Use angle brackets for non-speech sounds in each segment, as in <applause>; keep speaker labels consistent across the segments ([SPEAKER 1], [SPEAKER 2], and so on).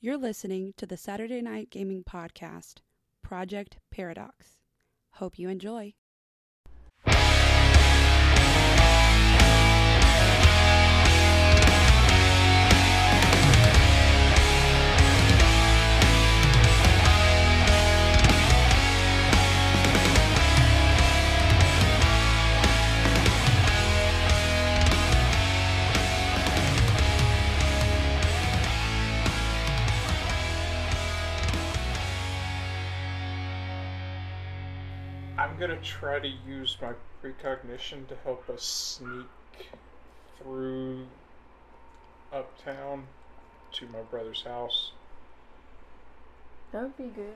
[SPEAKER 1] You're listening to the Saturday Night Gaming Podcast, Project Paradox. Hope you enjoy.
[SPEAKER 2] I'm gonna try to use my precognition to help us sneak through uptown to my brother's house,
[SPEAKER 3] That would be good.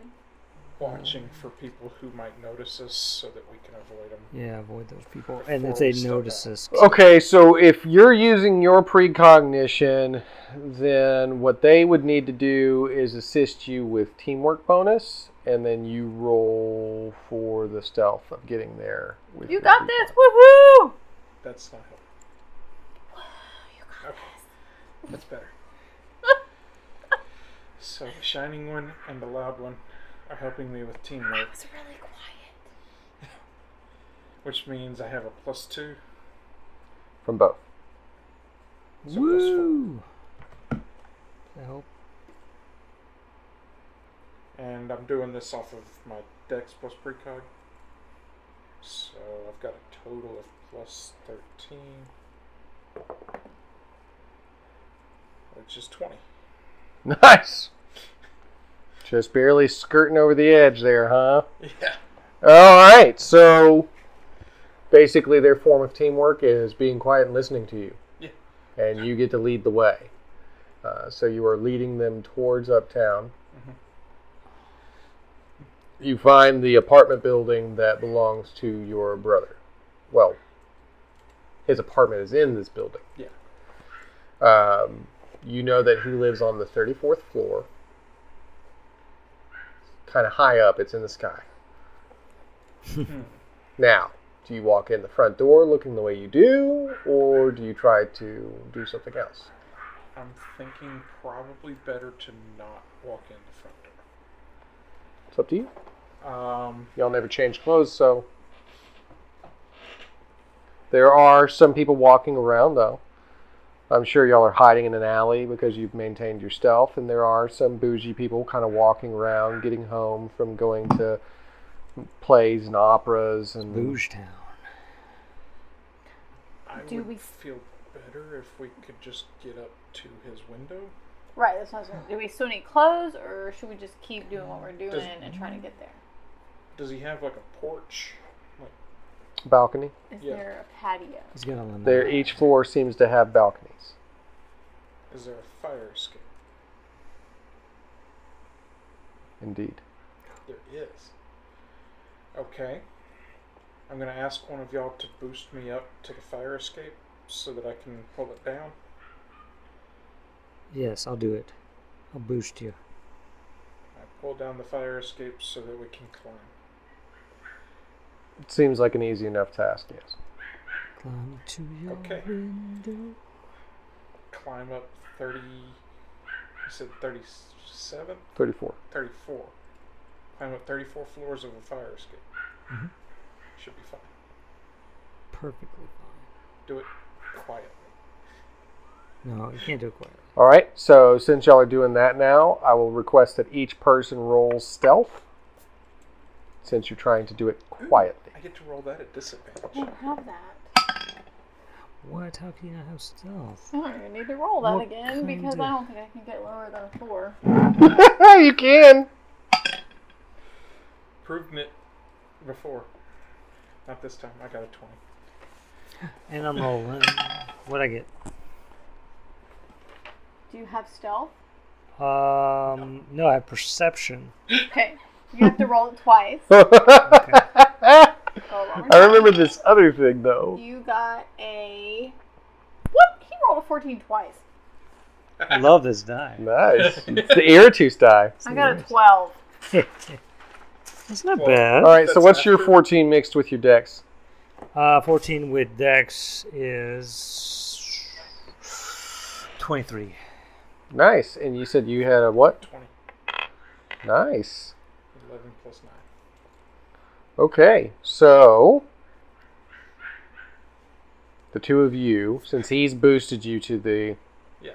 [SPEAKER 2] watching
[SPEAKER 3] Mm.
[SPEAKER 2] for people who might notice us so that we can avoid them.
[SPEAKER 4] Yeah, avoid those people.
[SPEAKER 2] Before
[SPEAKER 4] And if
[SPEAKER 2] we
[SPEAKER 4] they
[SPEAKER 2] step
[SPEAKER 4] notice
[SPEAKER 2] out.
[SPEAKER 4] us,
[SPEAKER 5] Okay, so if you're using your precognition, then what they would need to do is assist you with teamwork bonus, and then you roll for the stealth of getting there. With
[SPEAKER 3] You
[SPEAKER 5] your
[SPEAKER 3] got
[SPEAKER 5] precog.
[SPEAKER 3] this! Woohoo!
[SPEAKER 2] That's not helpful. Okay, that's
[SPEAKER 3] <laughs>
[SPEAKER 2] better. so the shining one and the loud one are helping me with teamwork,
[SPEAKER 3] It's really quiet.
[SPEAKER 2] <laughs> which means I have a plus two.
[SPEAKER 5] From both. <laughs>
[SPEAKER 2] So plus four.
[SPEAKER 4] woo! I hope.
[SPEAKER 2] And I'm doing this off of my Dex plus precog. So I've got a total of plus 13, which is 20.
[SPEAKER 5] Nice! Just barely skirting over the edge there, huh?
[SPEAKER 2] Yeah.
[SPEAKER 5] All right, so basically their form of teamwork is being quiet and listening to you.
[SPEAKER 2] Yeah.
[SPEAKER 5] And you get to lead the way. Uh, so you are leading them towards uptown.
[SPEAKER 2] Mm-hmm.
[SPEAKER 5] You find the apartment building that belongs to your brother. Well, his apartment is in this building.
[SPEAKER 2] Yeah.
[SPEAKER 5] Um, you know that he lives on the 34th floor, kind of high up, it's in the sky. Now, do you walk in the front door looking the way you do, or do you try to do something else?
[SPEAKER 2] I'm thinking probably better to not walk in the front door.
[SPEAKER 5] It's up to you.
[SPEAKER 2] Um,
[SPEAKER 5] Y'all never change clothes, so. There are some people walking around, though. I'm sure y'all are hiding in an alley because you've maintained your stealth, and there are some bougie people kind of walking around, getting home from going to plays and operas and
[SPEAKER 4] Bouge Town.
[SPEAKER 2] I
[SPEAKER 3] Do
[SPEAKER 2] would
[SPEAKER 3] we-
[SPEAKER 2] feel better if we could just get up to his window.
[SPEAKER 3] Right, that's not Do we still need clothes, or should we just keep doing what we're doing
[SPEAKER 2] Does-
[SPEAKER 3] and trying to get there?
[SPEAKER 2] Does he have like a porch?
[SPEAKER 5] balcony.
[SPEAKER 3] Is
[SPEAKER 2] Yeah.
[SPEAKER 3] there a patio?
[SPEAKER 4] He's got a lemon.
[SPEAKER 5] There, each floor seems to have balconies.
[SPEAKER 2] Is there a fire escape?
[SPEAKER 5] Indeed.
[SPEAKER 2] There is. Okay. I'm gonna ask one of y'all to boost me up to the fire escape so that I can pull it down.
[SPEAKER 4] Yes, I'll do it. I'll boost you.
[SPEAKER 2] I pull down the fire escape so that we can climb.
[SPEAKER 5] It seems like an easy enough task, yes.
[SPEAKER 4] Climb to your
[SPEAKER 2] Okay.
[SPEAKER 4] window.
[SPEAKER 2] Climb up 30. You said 37?
[SPEAKER 5] 34.
[SPEAKER 2] 34. Climb up 34 floors of a fire escape.
[SPEAKER 4] Mhm.
[SPEAKER 2] Should be fine.
[SPEAKER 4] Perfectly fine.
[SPEAKER 2] Do it quietly.
[SPEAKER 4] No, you can't do it quietly.
[SPEAKER 5] All right, so since y'all are doing that now, I will request that each person roll stealth since you're trying to do it <gasps> quietly.
[SPEAKER 2] I get to roll that at
[SPEAKER 3] I
[SPEAKER 2] disadvantage.
[SPEAKER 3] don't have that.
[SPEAKER 4] What? How can you not have stealth?
[SPEAKER 3] I don't even need to roll that
[SPEAKER 4] What
[SPEAKER 3] again because
[SPEAKER 4] kind
[SPEAKER 3] I don't
[SPEAKER 4] of-
[SPEAKER 3] think I can get lower than a four.
[SPEAKER 5] you can.
[SPEAKER 2] Proved it before. Not this time. I got a 20.
[SPEAKER 4] And I'm rolling. What I get?
[SPEAKER 3] Do you have stealth?
[SPEAKER 4] Um, no, I have perception.
[SPEAKER 3] Okay. You have to roll it twice.
[SPEAKER 5] <laughs>
[SPEAKER 4] <laughs>
[SPEAKER 5] I
[SPEAKER 3] Go along.
[SPEAKER 5] remember this other thing though.
[SPEAKER 3] You got a. What? He rolled a 14 twice.
[SPEAKER 4] I <laughs> love this die.
[SPEAKER 5] Nice. It's the Eratus die.
[SPEAKER 3] I got a 12.
[SPEAKER 4] <laughs> That's not
[SPEAKER 2] Well,
[SPEAKER 4] bad.
[SPEAKER 5] All right, so
[SPEAKER 2] That's
[SPEAKER 5] what's your
[SPEAKER 2] after-
[SPEAKER 5] 14 mixed with your dex?
[SPEAKER 4] Uh, 14 with Dex is 23.
[SPEAKER 5] Nice. And you said you had a what?
[SPEAKER 2] 20.
[SPEAKER 5] Nice.
[SPEAKER 2] 11 plus 9.
[SPEAKER 5] Okay, so the two of you, since he's boosted you to the
[SPEAKER 2] Yeah.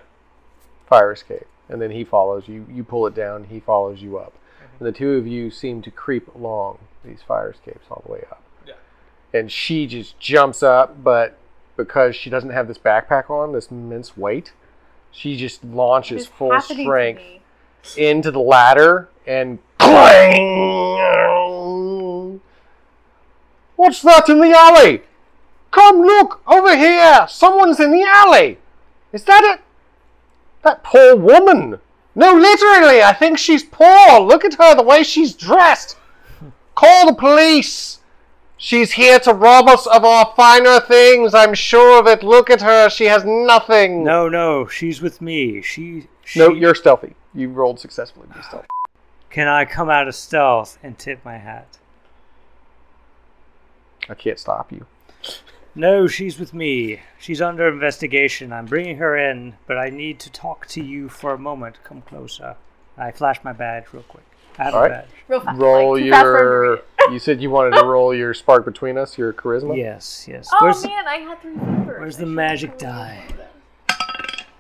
[SPEAKER 5] fire escape, and then he follows you. You pull it down. He follows you up, and the two of you seem to creep along these fire escapes all the way up.
[SPEAKER 2] Yeah.
[SPEAKER 5] And she just jumps up, but because she doesn't have this backpack on, this immense weight, she just launches
[SPEAKER 3] It's
[SPEAKER 5] full
[SPEAKER 3] happening to
[SPEAKER 5] strength
[SPEAKER 3] me.
[SPEAKER 5] into the ladder and clang. What's that in the alley? Come look over here. Someone's in the alley. Is that it? That poor woman. No, literally, I think she's poor. Look at her, the way she's dressed. Call the police. She's here to rob us of our finer things. I'm sure of it. Look at her. She has nothing.
[SPEAKER 4] No, no, she's with me. She. she
[SPEAKER 5] no, you're stealthy. You rolled successfully. Be stealthy.
[SPEAKER 4] Can I come out of stealth and tip my hat?
[SPEAKER 5] I can't stop you.
[SPEAKER 4] No, she's with me. She's under investigation. I'm bringing her in, but I need to talk to you for a moment. Come closer. I flash my badge real quick. I have
[SPEAKER 5] All
[SPEAKER 4] a
[SPEAKER 5] right.
[SPEAKER 4] badge.
[SPEAKER 3] Real fast.
[SPEAKER 5] Roll
[SPEAKER 3] like, too fast for him to
[SPEAKER 5] your.
[SPEAKER 3] read. <laughs>
[SPEAKER 5] You said you wanted to roll your spark between us, your charisma.
[SPEAKER 4] Yes, yes.
[SPEAKER 3] Oh
[SPEAKER 4] Where's-
[SPEAKER 3] man, I had three numbers.
[SPEAKER 4] where's
[SPEAKER 3] I
[SPEAKER 4] the
[SPEAKER 3] should've
[SPEAKER 4] magic
[SPEAKER 3] rolled one of
[SPEAKER 4] die?
[SPEAKER 3] them.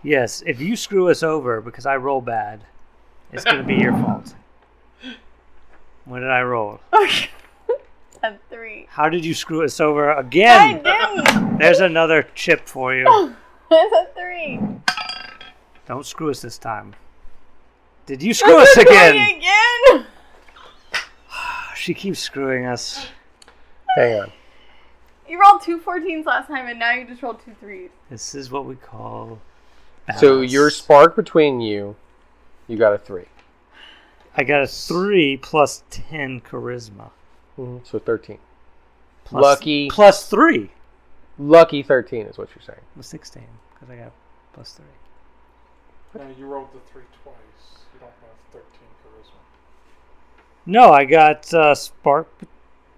[SPEAKER 4] Yes, if you screw us over because I roll bad, it's going to be your fault. What did I roll?
[SPEAKER 3] <laughs> Had three.
[SPEAKER 4] How did you screw us over
[SPEAKER 3] I
[SPEAKER 4] again?
[SPEAKER 3] didn't. <laughs>
[SPEAKER 4] There's another chip for you.
[SPEAKER 3] That's a three.
[SPEAKER 4] Don't screw us this time. Did you screw us again?
[SPEAKER 3] Three again.
[SPEAKER 4] She keeps screwing us.
[SPEAKER 5] Hang on.
[SPEAKER 3] You rolled two 14s last time, and now you just rolled two threes.
[SPEAKER 4] This is what we call.
[SPEAKER 5] So
[SPEAKER 4] balance.
[SPEAKER 5] your spark between you, you got a 3
[SPEAKER 4] I got a three plus ten charisma.
[SPEAKER 5] So thirteen.
[SPEAKER 4] Mm-hmm. Plus,
[SPEAKER 5] Lucky.
[SPEAKER 4] plus three.
[SPEAKER 5] Lucky thirteen is what you're saying.
[SPEAKER 4] Well, Sixteen because I got plus three.
[SPEAKER 2] No, you rolled the 3 twice. You don't have 13 charisma.
[SPEAKER 4] No, I got uh, spark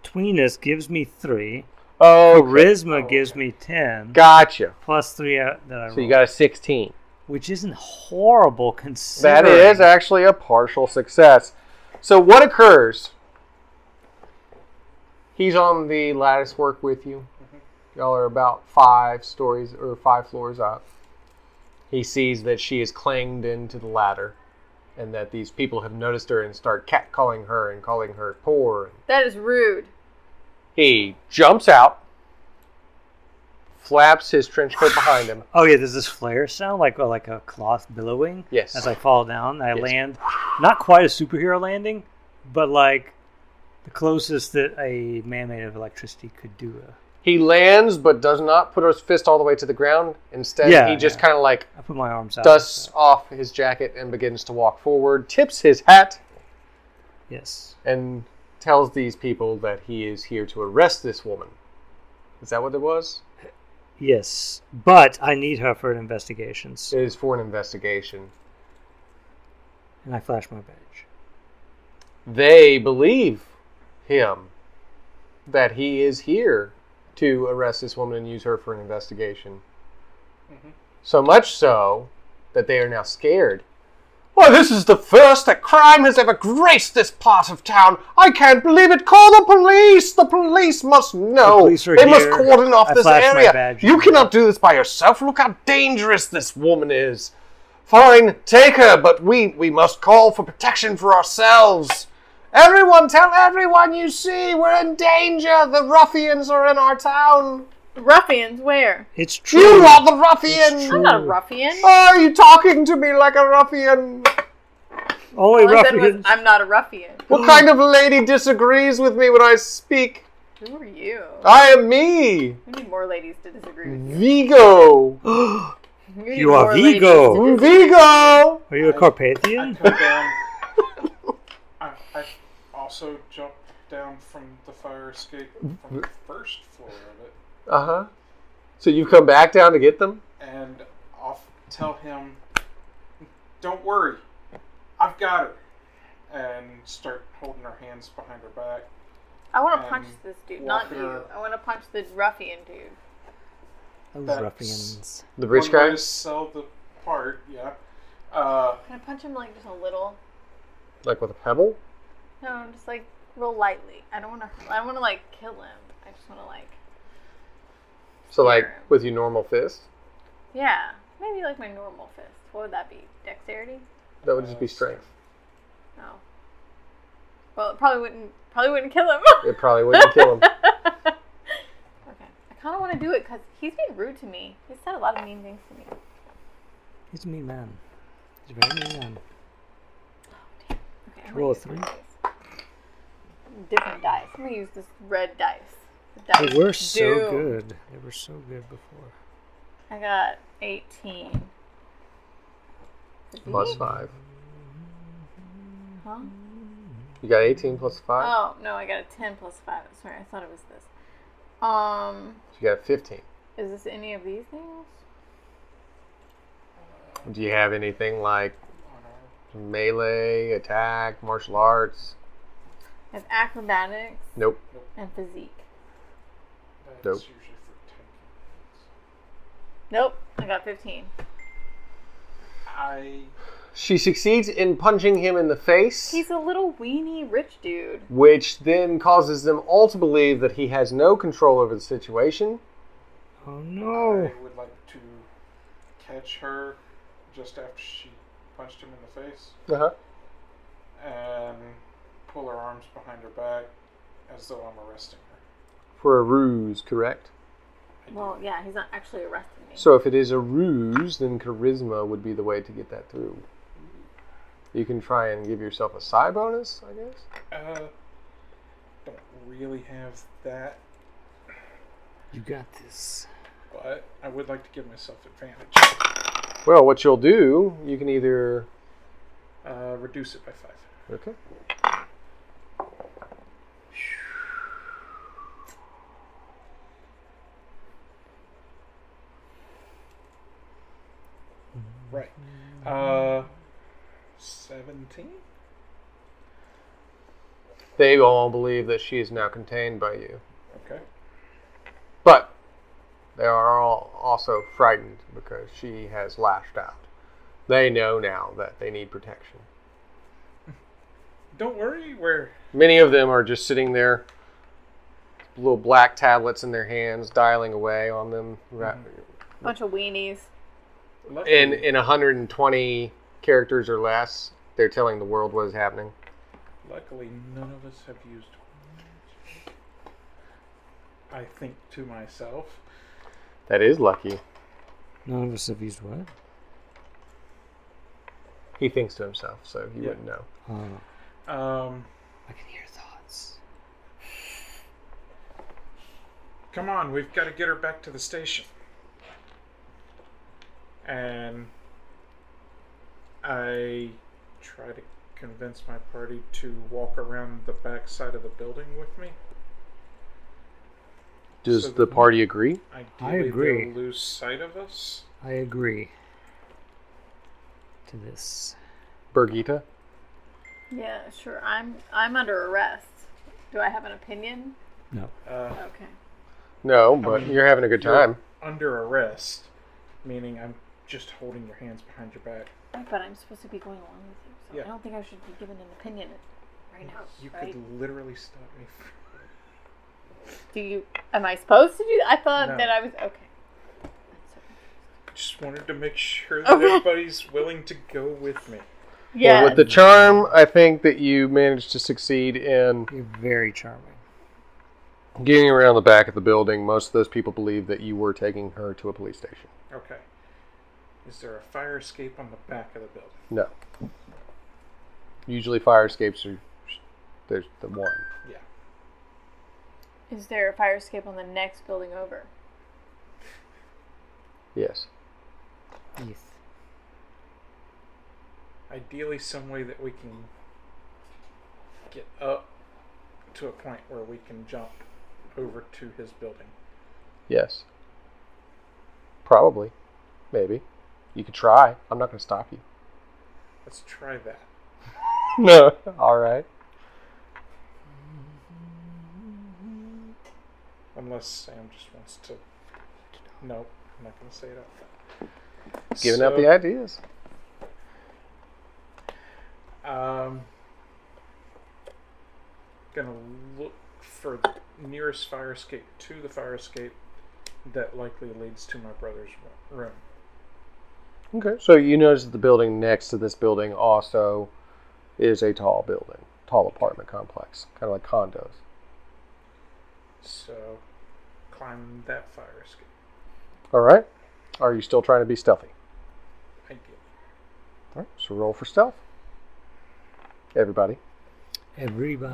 [SPEAKER 4] between us gives me three.
[SPEAKER 5] Oh,
[SPEAKER 4] Charisma
[SPEAKER 2] Oh,
[SPEAKER 4] gives
[SPEAKER 2] okay.
[SPEAKER 4] me ten
[SPEAKER 5] gotcha.
[SPEAKER 4] plus three uh, that I rolled,
[SPEAKER 5] So you got a sixteen.
[SPEAKER 4] which isn't horrible
[SPEAKER 5] That
[SPEAKER 4] considering.
[SPEAKER 5] is actually a partial success. So what occurs? He's on the lattice work with you. Y'all are about five stories or five floors up. He sees that she is clanged into the ladder, and that these people have noticed her and start catcalling her and calling her poor.
[SPEAKER 3] That is rude.
[SPEAKER 5] He jumps out, flaps his trench coat behind him.
[SPEAKER 4] Oh yeah, there's this flare sound like uh, like a cloth billowing.
[SPEAKER 5] Yes.
[SPEAKER 4] As I fall down, I
[SPEAKER 5] Yes.
[SPEAKER 4] land, not quite a superhero landing, but like the closest that a man made of electricity could do.
[SPEAKER 5] He lands, but does not put his fist all the way to the ground. Instead,
[SPEAKER 4] Yeah,
[SPEAKER 5] he just
[SPEAKER 4] yeah.
[SPEAKER 5] kind of like
[SPEAKER 4] A, I put my arms out.
[SPEAKER 5] dusts off his jacket and begins to walk forward, tips his hat,
[SPEAKER 4] Yes.
[SPEAKER 5] and tells these people that he is here to arrest this woman. Is that what it was?
[SPEAKER 4] Yes, but I need her for an investigation, so-
[SPEAKER 5] It is for an investigation.
[SPEAKER 4] and I flash my badge.
[SPEAKER 5] They believe him that he is here to arrest this woman and use her for an investigation.
[SPEAKER 2] Mhm.
[SPEAKER 5] So much so that they are now scared. Why, this is the first that crime has ever graced this part of town. I can't believe it. Call the police. The police must know.
[SPEAKER 4] police are
[SPEAKER 5] they must
[SPEAKER 4] here.
[SPEAKER 5] cordon off
[SPEAKER 4] I
[SPEAKER 5] this
[SPEAKER 4] flashed my
[SPEAKER 5] area.
[SPEAKER 4] badge.
[SPEAKER 5] You cannot do this by yourself. Look how dangerous this woman is. Fine, take her, but we, we must call for protection for ourselves. Everyone, tell everyone you see we're in danger. The ruffians are in our town.
[SPEAKER 3] Ruffians, where?
[SPEAKER 4] It's true.
[SPEAKER 5] You are the ruffian.
[SPEAKER 3] I'm not a ruffian.
[SPEAKER 4] Oh,
[SPEAKER 5] Are you talking to me like a ruffian?
[SPEAKER 4] Only
[SPEAKER 3] All I said was,
[SPEAKER 4] ruffians.
[SPEAKER 3] I'm not a ruffian.
[SPEAKER 5] What kind of lady disagrees with me when I speak?
[SPEAKER 3] Who are you?
[SPEAKER 5] I am me,
[SPEAKER 3] We need more ladies to disagree with
[SPEAKER 5] Vigo.
[SPEAKER 3] you. We need
[SPEAKER 4] You are
[SPEAKER 3] more ladies
[SPEAKER 4] Vigo.
[SPEAKER 3] to disagree.
[SPEAKER 5] Vigo.
[SPEAKER 4] Are you a
[SPEAKER 2] I
[SPEAKER 4] Carpathian?
[SPEAKER 5] <laughs>
[SPEAKER 2] come down. I, I also jumped down from the fire escape from the first floor of it.
[SPEAKER 5] Uh huh. So you've come back down to get them?
[SPEAKER 2] and I'll tell him, "Don't worry, I've got her," and start holding her hands behind her back.
[SPEAKER 3] I want
[SPEAKER 2] Um,
[SPEAKER 3] to punch this dude, not you.
[SPEAKER 2] Walker.
[SPEAKER 3] I want to punch the ruffian dude.
[SPEAKER 4] Those
[SPEAKER 2] That's-
[SPEAKER 4] Oh, ruffians.
[SPEAKER 5] The rich
[SPEAKER 2] One way
[SPEAKER 5] guy?
[SPEAKER 2] to sell the part, yeah, Uh,
[SPEAKER 3] Can I punch him like just a little?
[SPEAKER 5] Like with a pebble?
[SPEAKER 3] No, just like real lightly. I don't want to. I don't want to like kill him. I just want to like.
[SPEAKER 5] So, like
[SPEAKER 3] Sure.
[SPEAKER 5] with your normal fist?
[SPEAKER 3] Yeah, maybe like my normal fist. What would that be? Dexterity?
[SPEAKER 5] That would just be strength.
[SPEAKER 3] No. Well, it probably wouldn't. Probably wouldn't kill him.
[SPEAKER 5] It probably wouldn't kill him.
[SPEAKER 3] <laughs> okay. I kind of want to do it because he's been rude to me. He's said a lot of mean things to me.
[SPEAKER 4] He's a mean man. He's a very mean man.
[SPEAKER 3] Okay. I'm
[SPEAKER 4] Roll a
[SPEAKER 3] gonna use my dice. Different dice. I'm gonna use this red dice. The dice
[SPEAKER 4] They were
[SPEAKER 3] of
[SPEAKER 4] so
[SPEAKER 3] doom.
[SPEAKER 4] good. They were so good before.
[SPEAKER 3] I got 18.
[SPEAKER 5] Plus five.
[SPEAKER 3] Huh?
[SPEAKER 5] You got 18 plus five?
[SPEAKER 3] Oh no, I got a 10 plus five. Sorry, I thought it was this. Um,
[SPEAKER 5] So you got 15.
[SPEAKER 3] is this any of these things?
[SPEAKER 5] Do you have anything like melee, attack, martial arts?
[SPEAKER 3] I have acrobatics
[SPEAKER 5] Nope.
[SPEAKER 3] and physique.
[SPEAKER 2] that's
[SPEAKER 5] Nope.
[SPEAKER 2] usually for
[SPEAKER 3] Nope, I got 15.
[SPEAKER 2] 10 minutes.
[SPEAKER 5] She succeeds in punching him in the face,
[SPEAKER 3] He's a little weenie rich dude.
[SPEAKER 5] which then causes them all to believe that he has no control over the situation.
[SPEAKER 4] Oh
[SPEAKER 2] I,
[SPEAKER 4] no!
[SPEAKER 2] I would like to catch her just after she punched him in the face
[SPEAKER 5] Uh huh.
[SPEAKER 2] and pull her arms behind her back as though I'm arresting her.
[SPEAKER 5] For a ruse, correct?
[SPEAKER 2] I do.
[SPEAKER 3] Well, yeah, he's not actually arresting me.
[SPEAKER 5] So if it is a ruse, then charisma would be the way to get that through. You can try and give yourself a psi bonus, I guess.
[SPEAKER 2] Uh, don't really have that,
[SPEAKER 4] You got this.
[SPEAKER 2] but I would like to give myself advantage.
[SPEAKER 5] Well, what you'll do, you can either.
[SPEAKER 2] Uh, reduce it by five.
[SPEAKER 5] Okay.
[SPEAKER 2] Right. Uh, 17?
[SPEAKER 5] They all believe that she is now contained by you.
[SPEAKER 2] Okay.
[SPEAKER 5] But they are all also frightened because she has lashed out. They know now that they need protection.
[SPEAKER 2] Don't worry, we're
[SPEAKER 5] Many of them are just sitting there, little black tablets in their hands, dialing away on them, ra-
[SPEAKER 3] Bunch of weenies.
[SPEAKER 2] lucky.
[SPEAKER 5] in in 120 characters or less. They're telling the world what is happening.
[SPEAKER 2] Luckily, none of us have used horns. I think to myself.
[SPEAKER 5] That is lucky.
[SPEAKER 4] None of us have used what?
[SPEAKER 5] He thinks to himself, so he
[SPEAKER 2] Yeah.
[SPEAKER 5] wouldn't know.
[SPEAKER 4] Oh,
[SPEAKER 2] Um,
[SPEAKER 4] I can hear thoughts.
[SPEAKER 2] come on, we've got to get her back to the station. And I try to convince my party to walk around the back side of the building with me.
[SPEAKER 5] Does
[SPEAKER 2] So-
[SPEAKER 5] the party agree?
[SPEAKER 2] Ideally,
[SPEAKER 4] agree.
[SPEAKER 2] they'll lose sight of us.
[SPEAKER 4] I agree to this.
[SPEAKER 5] Birgitta?
[SPEAKER 3] Yeah, sure. I'm I'm under arrest. Do I have an opinion?
[SPEAKER 4] No.
[SPEAKER 2] Uh,
[SPEAKER 3] Okay.
[SPEAKER 5] No, but you're having a good
[SPEAKER 2] you're-
[SPEAKER 5] time.
[SPEAKER 2] under arrest, meaning I'm just holding your hands behind your back.
[SPEAKER 3] But I'm supposed to be going along with you, so
[SPEAKER 2] Yeah.
[SPEAKER 3] I don't think I should be giving an opinion right now.
[SPEAKER 2] You
[SPEAKER 3] right?
[SPEAKER 2] could literally stop me.
[SPEAKER 3] Do you? Am I supposed to do? that? I thought
[SPEAKER 2] No.
[SPEAKER 3] that I was okay.
[SPEAKER 2] Just wanted to make sure that
[SPEAKER 3] Okay.
[SPEAKER 2] everybody's willing to go with me.
[SPEAKER 3] Yeah.
[SPEAKER 5] Well, with the charm, I think that you managed to succeed in
[SPEAKER 4] You're very charming.
[SPEAKER 5] getting around the back of the building. Most of those people believe that you were taking her to a police station.
[SPEAKER 2] Okay. Is there a fire escape on the back of the building?
[SPEAKER 5] No. Usually, fire escapes are there's the one.
[SPEAKER 2] Yeah.
[SPEAKER 3] Is there a fire escape on the next building over?
[SPEAKER 5] Yes.
[SPEAKER 4] Yes.
[SPEAKER 2] Ideally, some way that we can get up to a point where we can jump over to his building.
[SPEAKER 5] Yes. Probably. Maybe. You could try. I'm not going to stop you.
[SPEAKER 2] Let's try that.
[SPEAKER 5] No. All right.
[SPEAKER 2] Unless Sam just wants to. Nope, I'm not going to say it out loud.
[SPEAKER 5] Giving up
[SPEAKER 2] So-
[SPEAKER 5] the ideas.
[SPEAKER 2] Um, gonna look for the nearest fire escape to the fire escape that likely leads to my brother's ro- room.
[SPEAKER 5] Okay. So you notice that the building next to this building also is a tall building, tall apartment complex, kind of like condos.
[SPEAKER 2] So, climb that fire escape.
[SPEAKER 5] All right. Are you still trying to be stealthy?
[SPEAKER 2] I get
[SPEAKER 5] All right. So roll for stealth. Everybody.
[SPEAKER 4] Everybody.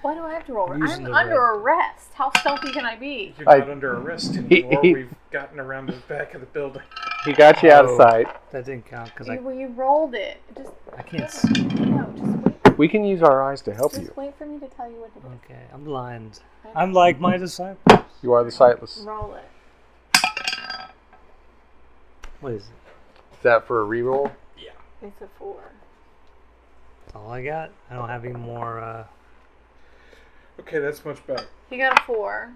[SPEAKER 3] Why do I have to roll?
[SPEAKER 4] Using
[SPEAKER 3] I'm
[SPEAKER 4] the
[SPEAKER 3] under
[SPEAKER 4] red.
[SPEAKER 3] arrest. How stealthy can I be?
[SPEAKER 2] You're
[SPEAKER 5] I-
[SPEAKER 2] not under arrest anymore. We've gotten around to the back of the building. <laughs>
[SPEAKER 5] He got you out
[SPEAKER 4] Oh.
[SPEAKER 5] of sight.
[SPEAKER 4] That didn't count because I,
[SPEAKER 3] You, well, you rolled it. Just
[SPEAKER 4] I can't. s-
[SPEAKER 3] no. Just wait.
[SPEAKER 5] We can use our eyes to help
[SPEAKER 3] Just
[SPEAKER 5] you.
[SPEAKER 3] wait for me to tell you what to do.
[SPEAKER 4] Okay, I'm blind. I'm like my disciple.
[SPEAKER 5] You are the sightless.
[SPEAKER 3] Roll it.
[SPEAKER 4] What is it?
[SPEAKER 5] Is that for a reroll?
[SPEAKER 3] It's a four.
[SPEAKER 4] That's all I got. I don't have any more. Uh...
[SPEAKER 2] Okay, that's much better.
[SPEAKER 3] You got a four.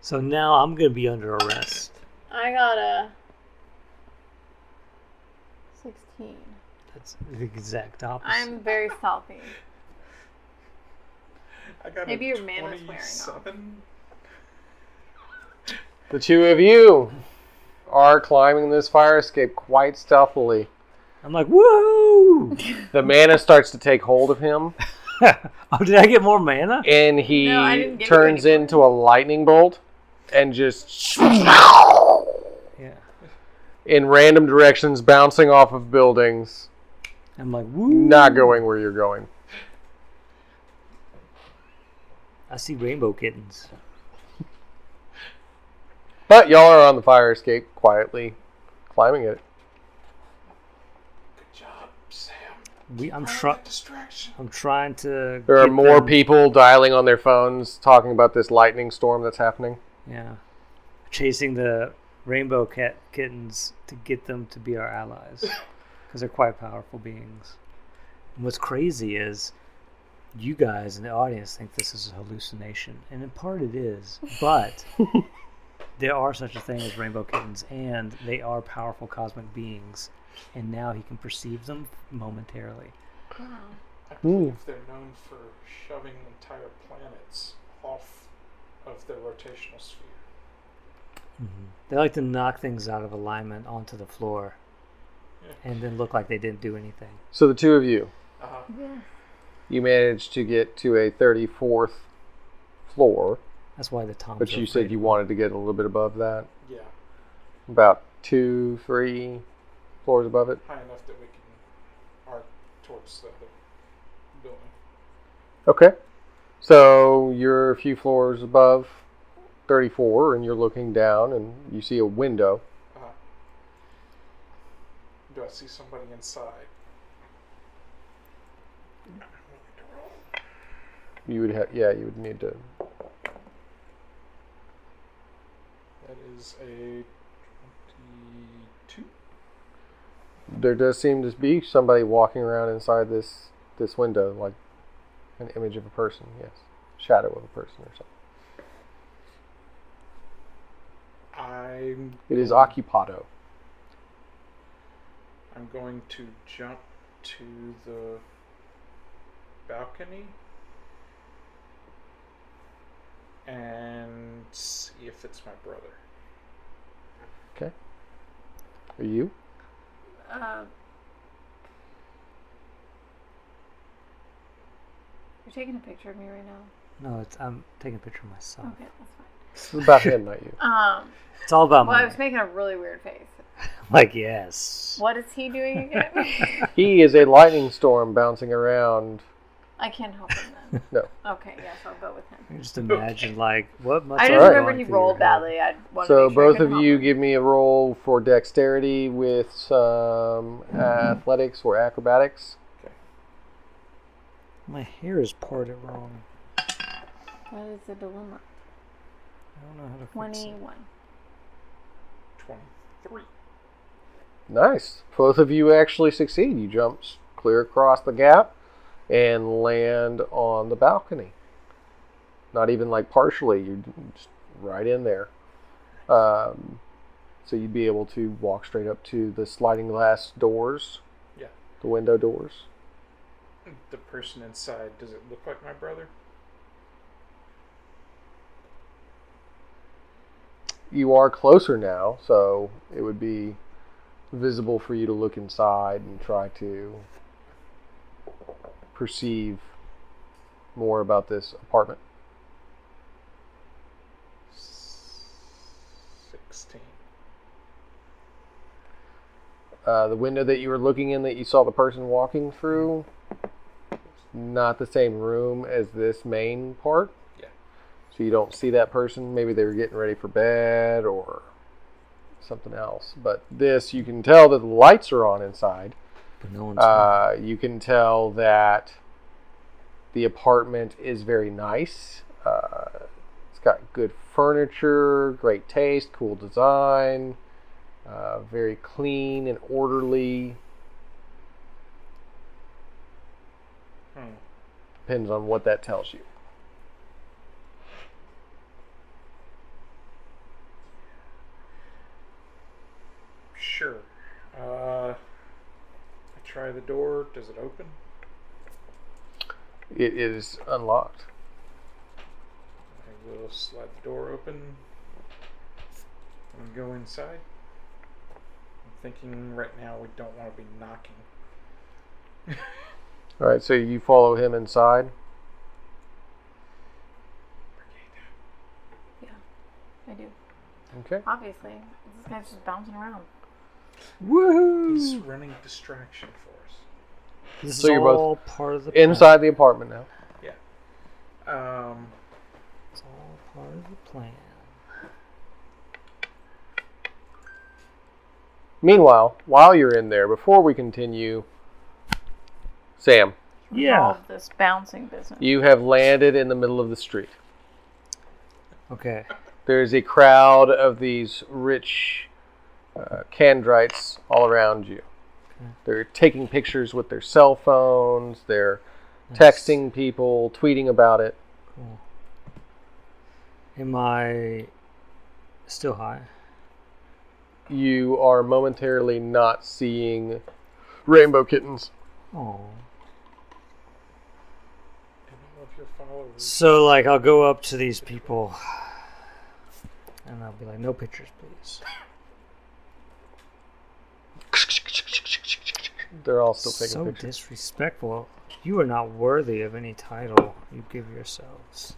[SPEAKER 4] So now I'm gonna be under arrest.
[SPEAKER 3] I got a sixteen.
[SPEAKER 4] That's the exact opposite.
[SPEAKER 3] I'm very stealthy.
[SPEAKER 2] I got
[SPEAKER 3] Maybe
[SPEAKER 2] a
[SPEAKER 3] your manners wearing off.
[SPEAKER 2] 27.
[SPEAKER 5] The two of you are climbing this fire escape quite stealthily.
[SPEAKER 4] I'm like, woo!
[SPEAKER 5] The mana starts to take hold of him,
[SPEAKER 4] <laughs> oh, did I get more mana?
[SPEAKER 5] and he
[SPEAKER 3] No, I didn't get
[SPEAKER 5] turns
[SPEAKER 3] anything.
[SPEAKER 5] into a lightning bolt and just <sniffs>
[SPEAKER 4] Yeah.
[SPEAKER 5] in random directions, bouncing off of buildings,
[SPEAKER 4] I'm like, woo!
[SPEAKER 5] not going where you're going.
[SPEAKER 4] I see rainbow kittens.
[SPEAKER 5] But y'all are on the fire escape quietly, climbing it.
[SPEAKER 2] Good job, Sam.
[SPEAKER 4] We, I'm
[SPEAKER 2] Find
[SPEAKER 4] trying.
[SPEAKER 2] that distraction.
[SPEAKER 4] I'm trying to.
[SPEAKER 5] There are
[SPEAKER 4] get
[SPEAKER 5] more
[SPEAKER 4] them-
[SPEAKER 5] people dialing on their phones, talking about this lightning storm that's happening.
[SPEAKER 4] Yeah, chasing the rainbow cat kittens to get them to be our allies, because they're quite powerful beings. And what's crazy is, you guys in the audience think this is a hallucination, and in part it is,
[SPEAKER 5] <laughs>
[SPEAKER 4] but there are such a thing as rainbow kittens, and they are powerful cosmic beings. And now he can perceive them momentarily.
[SPEAKER 2] I believe they're known for shoving entire planets off of their rotational sphere.
[SPEAKER 4] They like to knock things out of alignment onto the floor,
[SPEAKER 2] Yeah.
[SPEAKER 4] and then look like they didn't do anything.
[SPEAKER 5] So the two of you,
[SPEAKER 2] Uh,
[SPEAKER 5] you manage to get to a 34th floor,
[SPEAKER 4] That's why the Tom.
[SPEAKER 5] but you said you wanted to get a little bit above that,
[SPEAKER 2] yeah,
[SPEAKER 5] about two, three floors above it.
[SPEAKER 2] high enough that we can arc towards the other building.
[SPEAKER 5] Okay. So you're a few floors above 34, and you're looking down, and you see a window.
[SPEAKER 2] Uh, do I see somebody inside?
[SPEAKER 5] You would have, yeah, you would need to.
[SPEAKER 2] That is a 22.
[SPEAKER 5] There does seem to be somebody walking around inside this this window, like an image of a person. Yes, shadow of a person or something.
[SPEAKER 2] I'm
[SPEAKER 5] It is occupado.
[SPEAKER 2] I'm going to jump to the balcony and see if it's my brother.
[SPEAKER 5] Are you?
[SPEAKER 3] <laughs> Uh, you're taking a picture of me right now.
[SPEAKER 4] No, it's, I'm taking a picture of myself.
[SPEAKER 3] Okay, that's fine.
[SPEAKER 5] It's about him, not
[SPEAKER 3] <laughs>
[SPEAKER 5] you.
[SPEAKER 3] Um,
[SPEAKER 4] It's all about
[SPEAKER 3] well, I
[SPEAKER 4] my
[SPEAKER 3] was making a really weird face.
[SPEAKER 4] like yes.
[SPEAKER 3] What is he doing
[SPEAKER 5] <laughs>
[SPEAKER 3] again?
[SPEAKER 5] He is a lightning storm bouncing around.
[SPEAKER 3] I can't help him then.
[SPEAKER 5] No.
[SPEAKER 3] Okay, yes, I'll go with him.
[SPEAKER 4] You Just imagine like what must
[SPEAKER 3] I
[SPEAKER 4] have
[SPEAKER 3] just
[SPEAKER 5] all right.
[SPEAKER 4] gone
[SPEAKER 3] remember he
[SPEAKER 4] through your
[SPEAKER 3] rolled
[SPEAKER 4] head.
[SPEAKER 3] badly. I wanted to
[SPEAKER 5] So
[SPEAKER 3] make sure I
[SPEAKER 5] both
[SPEAKER 3] couldn't
[SPEAKER 5] of
[SPEAKER 3] help
[SPEAKER 5] you
[SPEAKER 3] him.
[SPEAKER 5] give me a roll for dexterity with some athletics or acrobatics.
[SPEAKER 4] My hair is parted wrong.
[SPEAKER 3] That is a dilemma.
[SPEAKER 4] I don't know how to fix it.
[SPEAKER 3] Twenty-one.
[SPEAKER 2] 23.
[SPEAKER 5] Nice. Both of you actually succeed. You jump s- clear across the gap and land on the balcony. Not even like partially, you're d- just right in there. Um, so you'd be able to walk straight up to the sliding glass doors.
[SPEAKER 2] Yeah.
[SPEAKER 5] The window doors.
[SPEAKER 2] the person inside, does it look like my brother?
[SPEAKER 5] You are closer now, so it would be visible for you to look inside and try to perceive more about this apartment.
[SPEAKER 2] 16.
[SPEAKER 5] Uh, the window that you were looking in that you saw the person walking through, not the same room as this main part.
[SPEAKER 2] Yeah.
[SPEAKER 5] So you don't see that person. Maybe they were getting ready for bed or something else. But this, you can tell that the lights are on inside.
[SPEAKER 4] But no one's.
[SPEAKER 5] Uh, you can tell that the apartment is very nice. Uh, it's got good furniture, great taste, cool design, uh, very clean and orderly.
[SPEAKER 2] Hmm.
[SPEAKER 5] Depends on what that tells you.
[SPEAKER 2] Sure. Uh, I try the door. Does it open?
[SPEAKER 5] It is unlocked.
[SPEAKER 2] I will slide the door open and go inside. I'm thinking right now we don't want to be knocking.
[SPEAKER 5] All right, so you follow him inside.
[SPEAKER 3] I do.
[SPEAKER 5] Okay.
[SPEAKER 3] Obviously. This guy's just bouncing around.
[SPEAKER 2] He's
[SPEAKER 4] Woohoo!
[SPEAKER 2] running distraction for us.
[SPEAKER 4] This
[SPEAKER 5] So
[SPEAKER 4] is
[SPEAKER 5] you're both
[SPEAKER 4] all part of the plan.
[SPEAKER 5] Inside the apartment now.
[SPEAKER 2] Um,
[SPEAKER 4] It's all part of the plan.
[SPEAKER 5] Meanwhile, while you're in there, before we continue, Sam,
[SPEAKER 4] Yeah.
[SPEAKER 3] All this bouncing business.
[SPEAKER 5] you have landed in the middle of the street.
[SPEAKER 4] Okay.
[SPEAKER 5] There's a crowd of these rich uh, Kandrites all around you. They're taking pictures with their cell phones, they're texting people, tweeting about it.
[SPEAKER 4] Cool. Am I still high?
[SPEAKER 5] You are momentarily not seeing rainbow kittens.
[SPEAKER 4] Oh.
[SPEAKER 2] and all of your followers.
[SPEAKER 4] So like I'll go up to these people and I'll be like, no pictures, please.
[SPEAKER 5] They're all still taking
[SPEAKER 4] So
[SPEAKER 5] pictures.
[SPEAKER 4] disrespectful. You are not worthy of any title you give yourselves.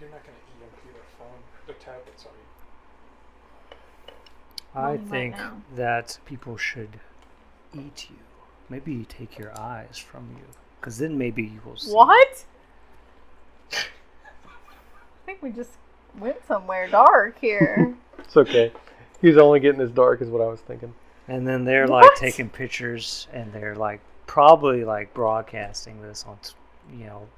[SPEAKER 2] You're not going to EMP their phone, the tablets on you.
[SPEAKER 4] I
[SPEAKER 3] Mine right
[SPEAKER 4] think
[SPEAKER 3] now.
[SPEAKER 4] that people should eat you. Maybe you take your eyes from you, because then maybe you will see.
[SPEAKER 3] <laughs> What? I think we just went somewhere dark
[SPEAKER 5] <laughs>
[SPEAKER 3] here.
[SPEAKER 5] It's okay. He's only getting as dark as what I was thinking.
[SPEAKER 4] And then they're
[SPEAKER 3] What?
[SPEAKER 4] like taking pictures, and they're like probably like broadcasting this on, t- you know,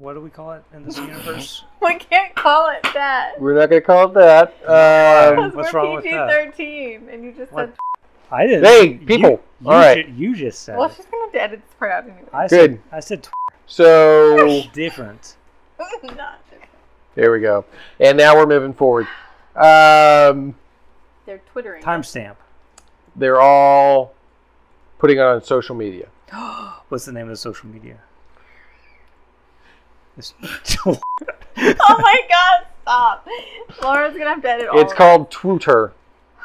[SPEAKER 4] what do we call it in this universe?
[SPEAKER 3] we can't call it that.
[SPEAKER 5] We're not going to call it that. Um,
[SPEAKER 3] Because
[SPEAKER 4] What's
[SPEAKER 3] we're
[SPEAKER 4] wrong with
[SPEAKER 3] PG
[SPEAKER 4] that?
[SPEAKER 3] thirteen, and you just
[SPEAKER 4] What?
[SPEAKER 3] said,
[SPEAKER 4] I didn't.
[SPEAKER 5] Hey,
[SPEAKER 4] you-
[SPEAKER 5] people.
[SPEAKER 4] You,
[SPEAKER 5] All right.
[SPEAKER 4] ju- you just said.
[SPEAKER 3] "Well,
[SPEAKER 4] it.
[SPEAKER 3] she's gonna have to edit this part out
[SPEAKER 5] <laughs>
[SPEAKER 3] anyway." <laughs>
[SPEAKER 4] I
[SPEAKER 5] Good.
[SPEAKER 4] Said, I said tw-
[SPEAKER 5] so.
[SPEAKER 4] different.
[SPEAKER 3] Not their-
[SPEAKER 5] There we go. And now we're moving forward. Um,
[SPEAKER 3] They're twittering.
[SPEAKER 4] Timestamp.
[SPEAKER 5] they're all putting it on social media.
[SPEAKER 4] What's the name of the social media? It's-
[SPEAKER 3] <laughs>
[SPEAKER 4] <laughs>
[SPEAKER 3] oh my god! Stop. Laura's gonna have to edit all.
[SPEAKER 5] It's
[SPEAKER 3] of
[SPEAKER 5] called Twitter.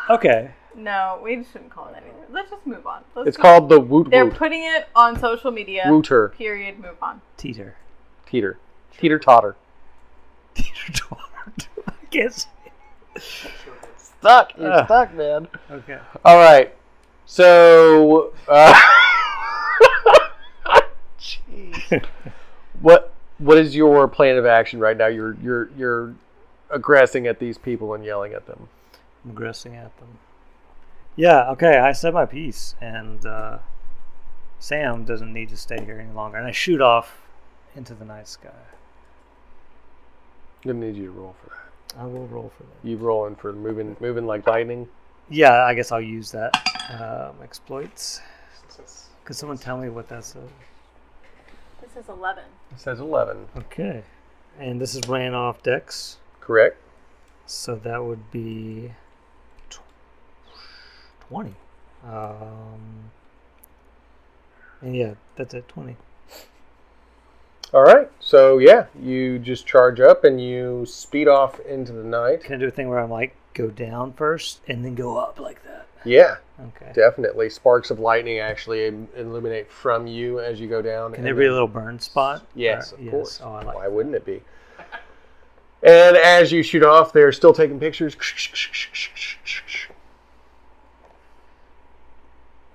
[SPEAKER 4] okay.
[SPEAKER 3] it. No, we shouldn't call it anything. Let's just move on. Let's
[SPEAKER 5] It's
[SPEAKER 3] just-
[SPEAKER 5] called the Woot
[SPEAKER 3] They're
[SPEAKER 5] Woot.
[SPEAKER 3] putting it on social media.
[SPEAKER 5] Wooter.
[SPEAKER 3] Period. Move on.
[SPEAKER 4] Teeter. <laughs>
[SPEAKER 5] Teeter. Teeter Totter.
[SPEAKER 4] Teeter totter. <laughs> I guess.
[SPEAKER 5] Stuck.
[SPEAKER 4] You're Ugh.
[SPEAKER 5] stuck, man.
[SPEAKER 4] Okay.
[SPEAKER 5] All right. So. Uh, Jeez. what What is your plan of action right now? You're you're you're aggressing at these people and yelling at them.
[SPEAKER 4] I'm aggressing at them. Yeah, okay, I said my piece, and uh, Sam doesn't need to stay here any longer. And I shoot off into the night sky.
[SPEAKER 5] I'm gonna need you to roll for that.
[SPEAKER 4] I will roll for that.
[SPEAKER 5] You rolling for moving moving like lightning.
[SPEAKER 4] Yeah, I guess I'll use that um, exploits.
[SPEAKER 2] Since that's-
[SPEAKER 4] Could someone tell me what that's? A...
[SPEAKER 3] This is eleven.
[SPEAKER 5] It says eleven.
[SPEAKER 4] Okay, and this is ran off decks,
[SPEAKER 5] Correct.
[SPEAKER 4] so that would be tw- twenty. Um, And yeah, that's at 20.
[SPEAKER 5] All right. So yeah, you just charge up and you speed off into the night.
[SPEAKER 4] Can I do a thing where I'm like, go down first and then go up like that?
[SPEAKER 5] Yeah,
[SPEAKER 4] Okay.
[SPEAKER 5] definitely. Sparks of lightning actually im- illuminate from you as you go down.
[SPEAKER 4] Can
[SPEAKER 5] and
[SPEAKER 4] there be a
[SPEAKER 5] then-
[SPEAKER 4] little burn spot?
[SPEAKER 5] Yes,
[SPEAKER 4] Or-
[SPEAKER 5] of course.
[SPEAKER 4] Oh, I like
[SPEAKER 5] Why wouldn't it be? And as you shoot off, they're still taking pictures.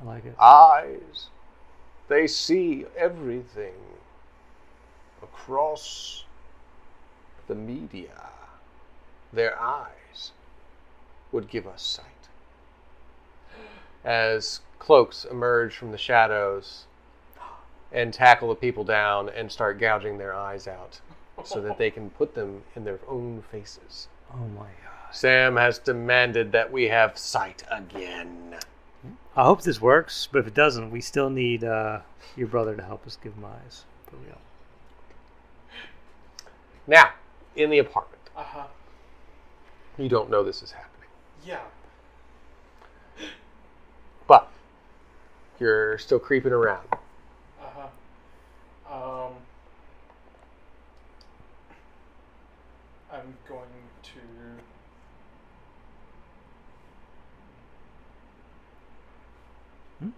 [SPEAKER 4] I like it.
[SPEAKER 5] Eyes, they see everything across the media. Their eyes would give us sight. As cloaks emerge from the shadows and tackle the people down and start gouging their eyes out so that they can put them in their own faces.
[SPEAKER 4] Oh my god.
[SPEAKER 5] Sam has demanded that we have sight again.
[SPEAKER 4] I hope this works, but if it doesn't, we still need uh, your brother to help us give him eyes. For real.
[SPEAKER 5] Now, in the apartment,
[SPEAKER 2] Uh huh.
[SPEAKER 5] you don't know this is happening,
[SPEAKER 2] Yeah.
[SPEAKER 5] but you're still creeping around.
[SPEAKER 2] Uh huh. Um. I'm going to.
[SPEAKER 4] Hmm?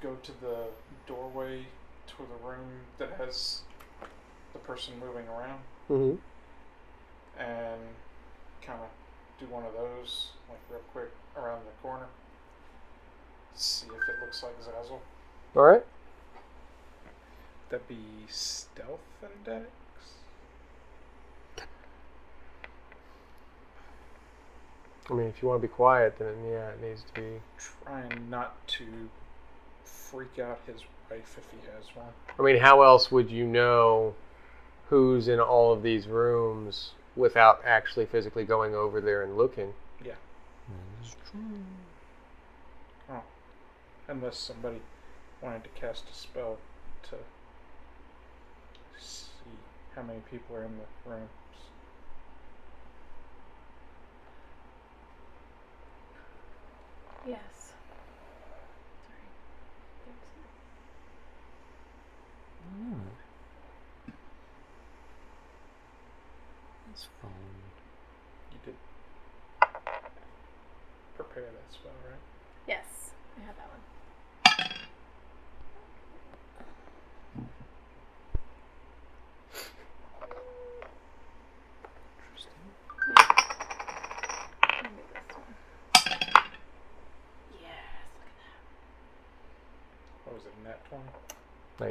[SPEAKER 2] Go to the doorway to the room that has the person moving around
[SPEAKER 5] Mm-hmm.
[SPEAKER 2] and kind of do one of those, like real quick around the corner. See if it looks like Zazzle.
[SPEAKER 5] All right.
[SPEAKER 2] That'd be stealth and dex.
[SPEAKER 5] I mean, if you want to be quiet, then yeah, it needs to be.
[SPEAKER 2] Trying not to freak out his wife if he has one.
[SPEAKER 5] I mean, how else would you know who's in all of these rooms without actually physically going over there and looking?
[SPEAKER 2] Unless somebody wanted to cast a spell to see how many people are in the rooms.
[SPEAKER 3] Yes. Sorry.
[SPEAKER 4] Mm. That's fun.
[SPEAKER 2] You did prepare that spell, right?
[SPEAKER 3] Yes, I have that one. Let me do this one. Yes,
[SPEAKER 2] What was it, a nat 20?
[SPEAKER 5] Thank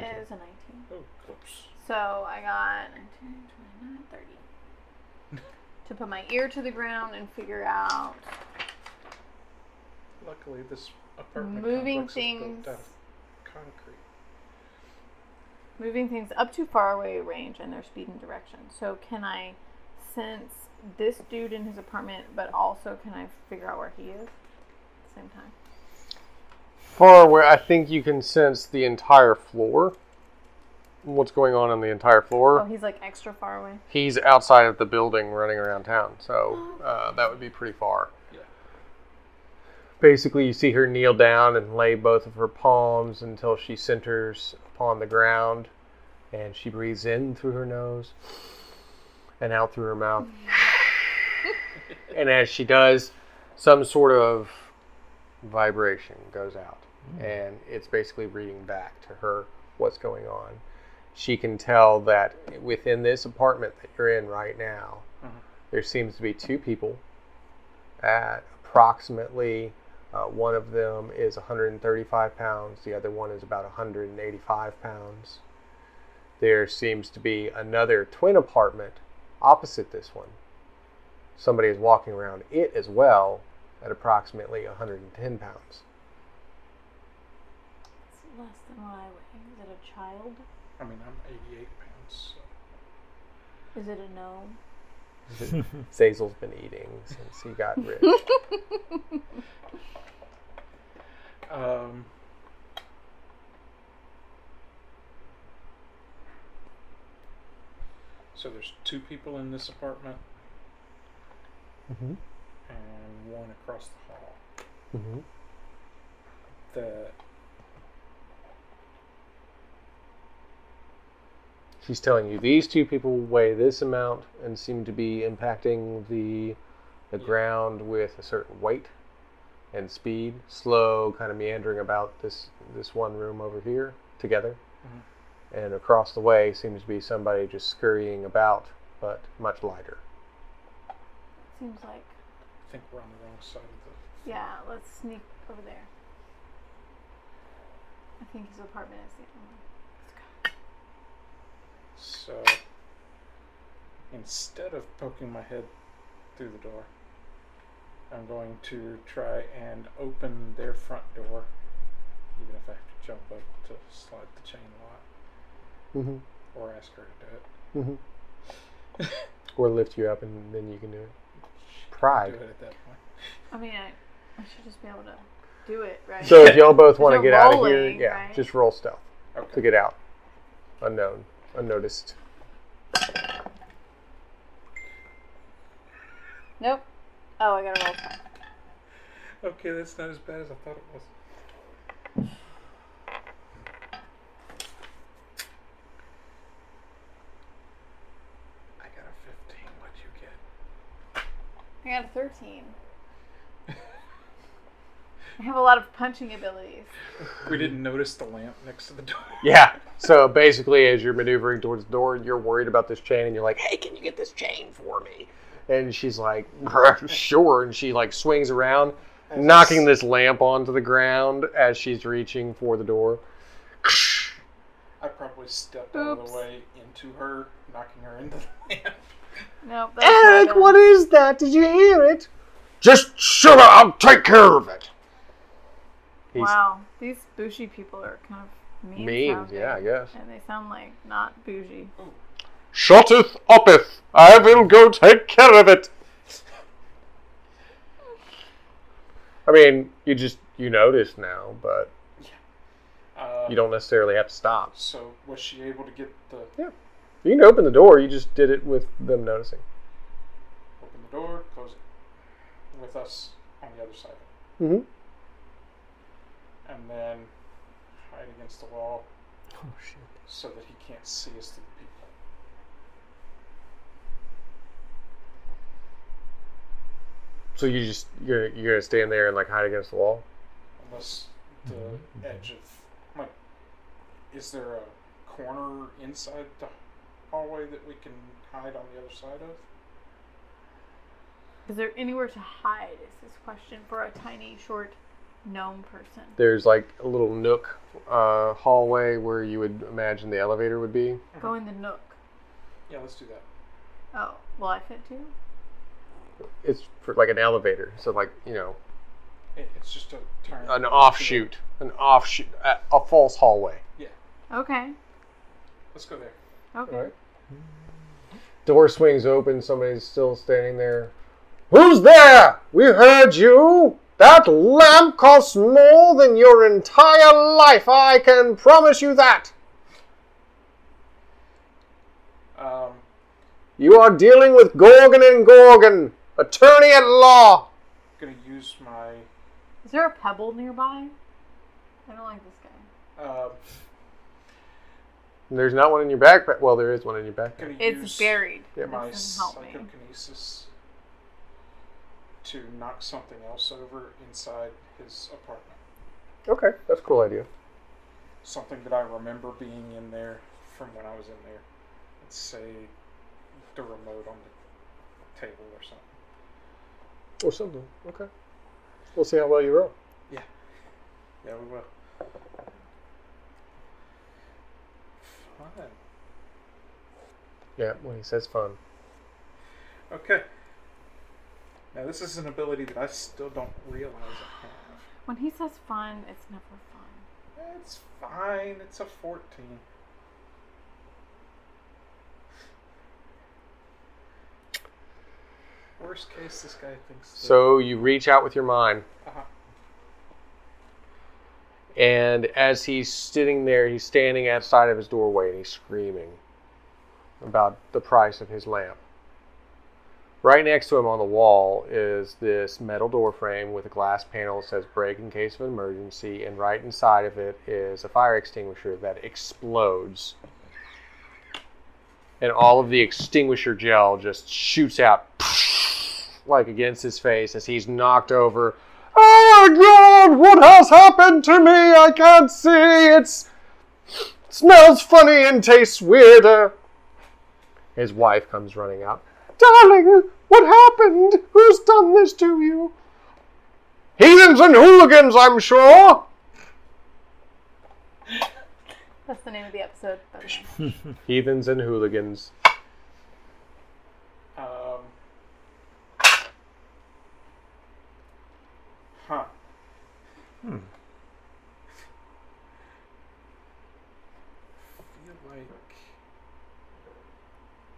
[SPEAKER 3] look at
[SPEAKER 5] you.
[SPEAKER 3] that. It was a 19.
[SPEAKER 2] Oh, close.
[SPEAKER 3] So I got 19, 29, 30. to put my ear to the ground and figure out
[SPEAKER 2] Luckily, this apartment
[SPEAKER 3] moving
[SPEAKER 2] complex is built
[SPEAKER 3] things.
[SPEAKER 2] out of concrete.
[SPEAKER 3] moving things up to faraway range and their speed and direction. So can I sense this dude in his apartment, but also can I figure out where he is at the same time?
[SPEAKER 5] Far where I think you can sense the entire floor. What's going on on the entire floor?
[SPEAKER 3] Oh, he's like extra far away.
[SPEAKER 5] he's outside of the building running around town, so uh, that would be pretty far.
[SPEAKER 2] Yeah.
[SPEAKER 5] Basically, you see her kneel down and lay both of her palms until she centers upon the ground, and she breathes in through her nose and out through her mouth. and as she does, some sort of vibration goes out, and it's basically reading back to her what's going on she can tell that within this apartment that you're in right now,
[SPEAKER 2] Mhm.
[SPEAKER 5] there seems to be two people. At approximately, uh, one of them is 135 pounds, the other one is about 185 pounds. There seems to be another twin apartment opposite this one. Somebody is walking around it as well at approximately 110 pounds.
[SPEAKER 3] It's less than what I weigh. Is it a child?
[SPEAKER 2] I mean, I'm 88 pounds, so.
[SPEAKER 3] Is it a gnome?
[SPEAKER 5] Zazel's been eating since he got rich.
[SPEAKER 2] Um, so there's two people in this apartment
[SPEAKER 5] mm-hmm.
[SPEAKER 2] and one across the hall.
[SPEAKER 5] Mm-hmm.
[SPEAKER 2] The
[SPEAKER 5] He's telling you these two people weigh this amount and seem to be impacting the the
[SPEAKER 2] Yeah.
[SPEAKER 5] ground with a certain weight and speed, slow, kind of meandering about this this one room over here together.
[SPEAKER 2] Mhm.
[SPEAKER 5] And across the way seems to be somebody just scurrying about, but much lighter.
[SPEAKER 3] Seems like.
[SPEAKER 2] I think we're on the wrong side of the.
[SPEAKER 3] Yeah, let's sneak over there. I think his apartment is the only one.
[SPEAKER 2] So instead of poking my head through the door, I'm going to try and open their front door, even if I have to jump up to slide the chain lock
[SPEAKER 5] Mm-hmm.
[SPEAKER 2] or ask her to do it.
[SPEAKER 5] Mm-hmm. <laughs> or lift you up and then you can do it. Pride.
[SPEAKER 2] Do it at that point.
[SPEAKER 3] I mean, I, I should just be able to do it, right?
[SPEAKER 5] So if y'all both want to
[SPEAKER 3] So
[SPEAKER 5] get out of here,
[SPEAKER 3] rolling,
[SPEAKER 5] yeah,
[SPEAKER 3] right?
[SPEAKER 5] just roll stealth to
[SPEAKER 2] Okay.
[SPEAKER 5] get out, unknown, unnoticed.
[SPEAKER 3] Nope. Oh, I gotta roll.
[SPEAKER 2] Okay, that's not as bad as I thought it was. I got a 15. What'd you get?
[SPEAKER 3] I got a 13. <laughs> I have a lot of punching abilities.
[SPEAKER 2] We didn't notice the lamp next to the door.
[SPEAKER 5] Yeah. So basically, as you're maneuvering towards the door, you're worried about this chain, and you're like, "Hey, can you get this chain for me?" And she's like, <laughs> "Sure." And she like swings around, knocking this lamp onto the ground as she's reaching for the door.
[SPEAKER 2] I probably stepped out of
[SPEAKER 3] Oops.
[SPEAKER 2] the way into her, knocking her into the <laughs> lamp.
[SPEAKER 3] Nope. that's not
[SPEAKER 5] Eric,
[SPEAKER 3] done.
[SPEAKER 5] what is that? Did you hear it? Just shut up. I'll take care of it. He's
[SPEAKER 3] Wow. These bougie people are kind of mean.
[SPEAKER 5] mean.
[SPEAKER 3] sounding.
[SPEAKER 5] Yeah, I guess.
[SPEAKER 3] And they sound like not bougie.
[SPEAKER 5] Shotteth uppeth. I will go take care of it. I mean, you just you notice now, but
[SPEAKER 2] Uh,
[SPEAKER 5] you don't necessarily have to stop.
[SPEAKER 2] So, was she able to get the
[SPEAKER 5] You can open the door. You just did it with them noticing.
[SPEAKER 2] open the door, close it, with us on the other side,
[SPEAKER 5] Mm-hmm.
[SPEAKER 2] and then hide against the wall
[SPEAKER 4] Oh shit!
[SPEAKER 2] so that he can't see us through the people.
[SPEAKER 5] So you just you're you're gonna stand there and like hide against the wall.
[SPEAKER 2] Unless the edge of like, is there a corner inside the hallway that we can hide on the other side of?
[SPEAKER 3] Is there anywhere to hide? Is this question for a tiny, short gnome person?
[SPEAKER 5] There's like a little nook uh, hallway where you would imagine the elevator would be.
[SPEAKER 3] Go in the nook.
[SPEAKER 2] Yeah, let's do that.
[SPEAKER 3] Oh, will I fit too?
[SPEAKER 5] It's for like an elevator, so like you know
[SPEAKER 2] It, it's just a turn.
[SPEAKER 5] an offshoot, an offshoot, a, a false hallway.
[SPEAKER 3] Okay.
[SPEAKER 2] Let's go there.
[SPEAKER 3] Okay.
[SPEAKER 5] Alright. Door swings open. Somebody's still standing there. Who's there? We heard you. That lamp costs more than your entire life. I can promise you that.
[SPEAKER 2] Um,
[SPEAKER 5] You are dealing with Gorgon and Gorgon, attorney at law.
[SPEAKER 2] gonna use my
[SPEAKER 3] Is there a pebble nearby? I don't like this guy.
[SPEAKER 2] um
[SPEAKER 5] There's not one in your backpack. Well, there is one in your backpack.
[SPEAKER 2] gonna
[SPEAKER 3] It's
[SPEAKER 2] use
[SPEAKER 3] buried.
[SPEAKER 5] Yeah.
[SPEAKER 3] That
[SPEAKER 2] my
[SPEAKER 3] doesn't help me.
[SPEAKER 2] psychokinesis to knock something else over inside his apartment.
[SPEAKER 5] Okay, that's a cool idea.
[SPEAKER 2] Something that I remember being in there from when I was in there. Let's say the remote on the table or something.
[SPEAKER 5] Or something. Okay. We'll see how well you roll.
[SPEAKER 2] Yeah, we will. Fun.
[SPEAKER 5] Yeah, when he says fun.
[SPEAKER 2] Okay. Now this is an ability that I still don't realize I have.
[SPEAKER 3] When he says fun, it's never fun.
[SPEAKER 2] It's fine. It's a 14. Worst case, this guy thinks. that-
[SPEAKER 5] So you reach out with your mind.
[SPEAKER 2] Uh-huh.
[SPEAKER 5] And as he's sitting there, he's standing outside of his doorway and he's screaming about the price of his lamp. Right next to him on the wall is this metal door frame with a glass panel that says break in case of emergency, and right inside of it is a fire extinguisher that explodes. and all of the extinguisher gel just shoots out like against his face as he's knocked over. Oh my god, what has happened to me? I can't see. It's smells funny and tastes weirder. His wife comes running out. Darling, what happened? Who's done this to you? Heathens and hooligans, I'm sure.
[SPEAKER 3] That's the name of the episode. by the way.
[SPEAKER 5] Heathens and hooligans. <laughs>
[SPEAKER 2] Um, huh.
[SPEAKER 4] Hmm.
[SPEAKER 2] I feel like